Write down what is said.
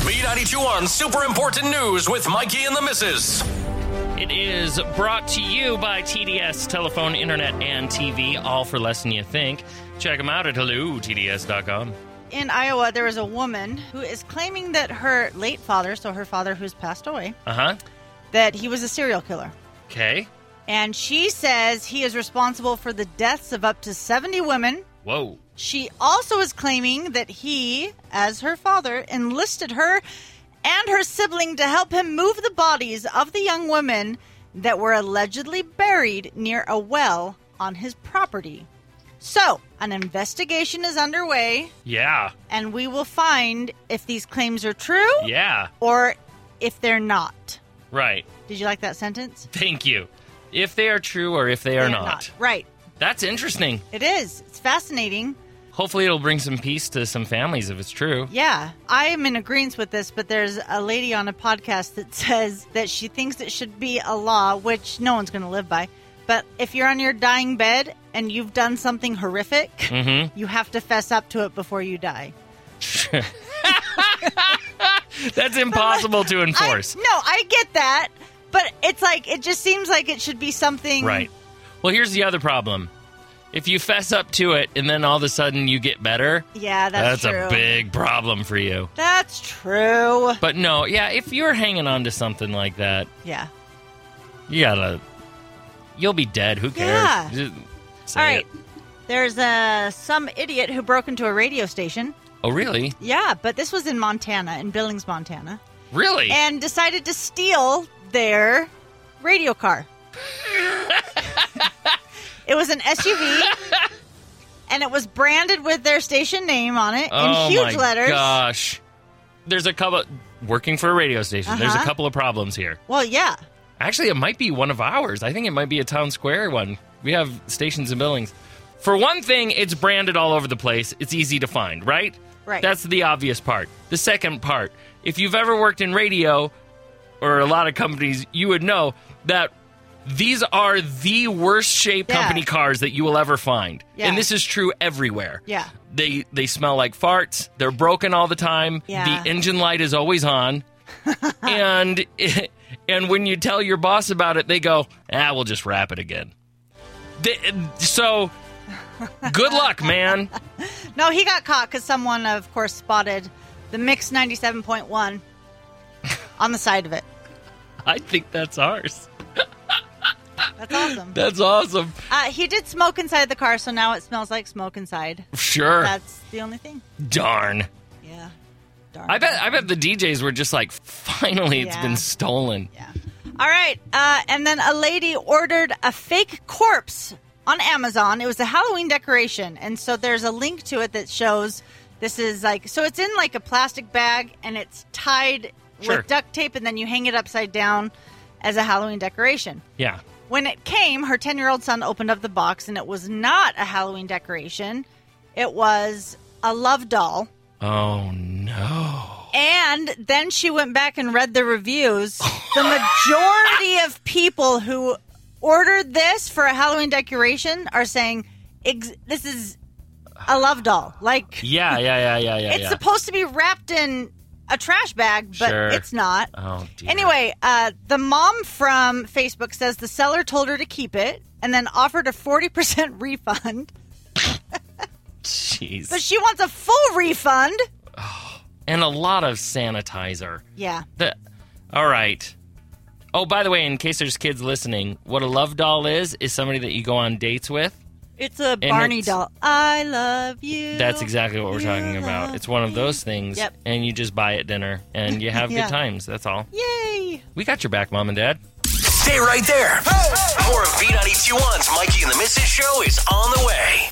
B92.1 Super Important News with Mikey and the Missus. It is brought to you by TDS Telephone, Internet, and TV, all for less than you think. Check them out at E hellotds.com. in Iowa, there is a woman who is claiming that her late father, so her father who's passed away, Uh huh. that he was a serial killer. Okay. And she says he is responsible for the deaths of up to 70 women. Whoa. She also is claiming that he, as her father, enlisted her and her sibling to help him move the bodies of the young women that were allegedly buried near a well on his property. So, an investigation is underway Yeah. and we will find if these claims are true Yeah. or if they're not. Right. Did you like that sentence? Thank you. If they are true or if they are They're not. Right. That's interesting. It is. It's fascinating. Hopefully, it'll bring some peace to some families if it's true. Yeah, I am in agreement with this, but there's a lady on a podcast that says that she thinks it should be a law, which no one's going to live by. But if you're on your dying bed and you've done something horrific, Mm-hmm. you have to fess up to it before you die. That's impossible to I- enforce. no, I get that, but it's like it just seems like it should be something Right. Well, here's the other problem. If you fess up to it and then all of a sudden you get better, Yeah, that's, a true. big problem for you. That's true. But no, yeah, if you're hanging on to something like that, Yeah. you gotta. You'll be dead. Who cares? Yeah. Just say All right. it. There's uh, some idiot who broke into a radio station. Oh, really? Yeah, but this was in Montana, in Billings, Montana, Really? and decided to steal their radio car. it was an SUV, and it was branded with their station name on it oh in huge my letters. gosh. There's a couple. Working for a radio station, there's a Uh-huh. couple of problems here. Well, yeah. Actually, it might be one of ours. I think it might be a town square one. We have stations and buildings. For one thing, it's branded all over the place. It's easy to find, right? Right. That's the obvious part. The second part, if you've ever worked in radio or a lot of companies, you would know that these are the worst shaped Yeah. company cars that you will ever find. Yeah. And this is true everywhere. Yeah. They they smell like farts. They're broken all the time. Yeah. The engine light is always on. and and when you tell your boss about it, they go, "Ah, we'll just wrap it again." They, so good luck, man. No, he got caught because someone, of course, spotted the Mix 97.1 on the side of it. I think that's ours. That's awesome. That's awesome. Uh, he did smoke inside the car, so now it smells like smoke inside. Sure. That's the only thing. Darn. Yeah. Darn. I bet I bet the DJs were just like, finally, it's Yeah. been stolen. Yeah. All right. Uh, and then a lady ordered a fake corpse on Amazon. It was a Halloween decoration. And so there's a link to it that shows this is like, so it's in like a plastic bag and it's tied Sure. with duct tape, and then you hang it upside down as a Halloween decoration. Yeah. When it came, her 10 year old son opened up the box and it was not a Halloween decoration. It was a love doll. Oh no. And then she went back and read the reviews. The majority of people who ordered this for a Halloween decoration are saying, Ex- this is a love doll. Like, Yeah, yeah, yeah, yeah, yeah. it's yeah. supposed to be wrapped in a trash bag, but Sure. it's not. oh dear. Anyway, uh, the mom from Facebook says the seller told her to keep it and then offered a 40% refund, Jeez. but she wants a full refund. and a lot of sanitizer. Yeah. The, all right. Oh, by the way, in case there's kids listening, what a love doll is is somebody that you go on dates with. It's a Barney it's- doll. I love you. That's exactly what we're talking about. It's one of those things, Yep. and you just buy at dinner and you have Yeah. good times. That's all. Yay! We got your back, mom and dad. Stay right there. More of B92.1's Mikey and the Missus show is on the way.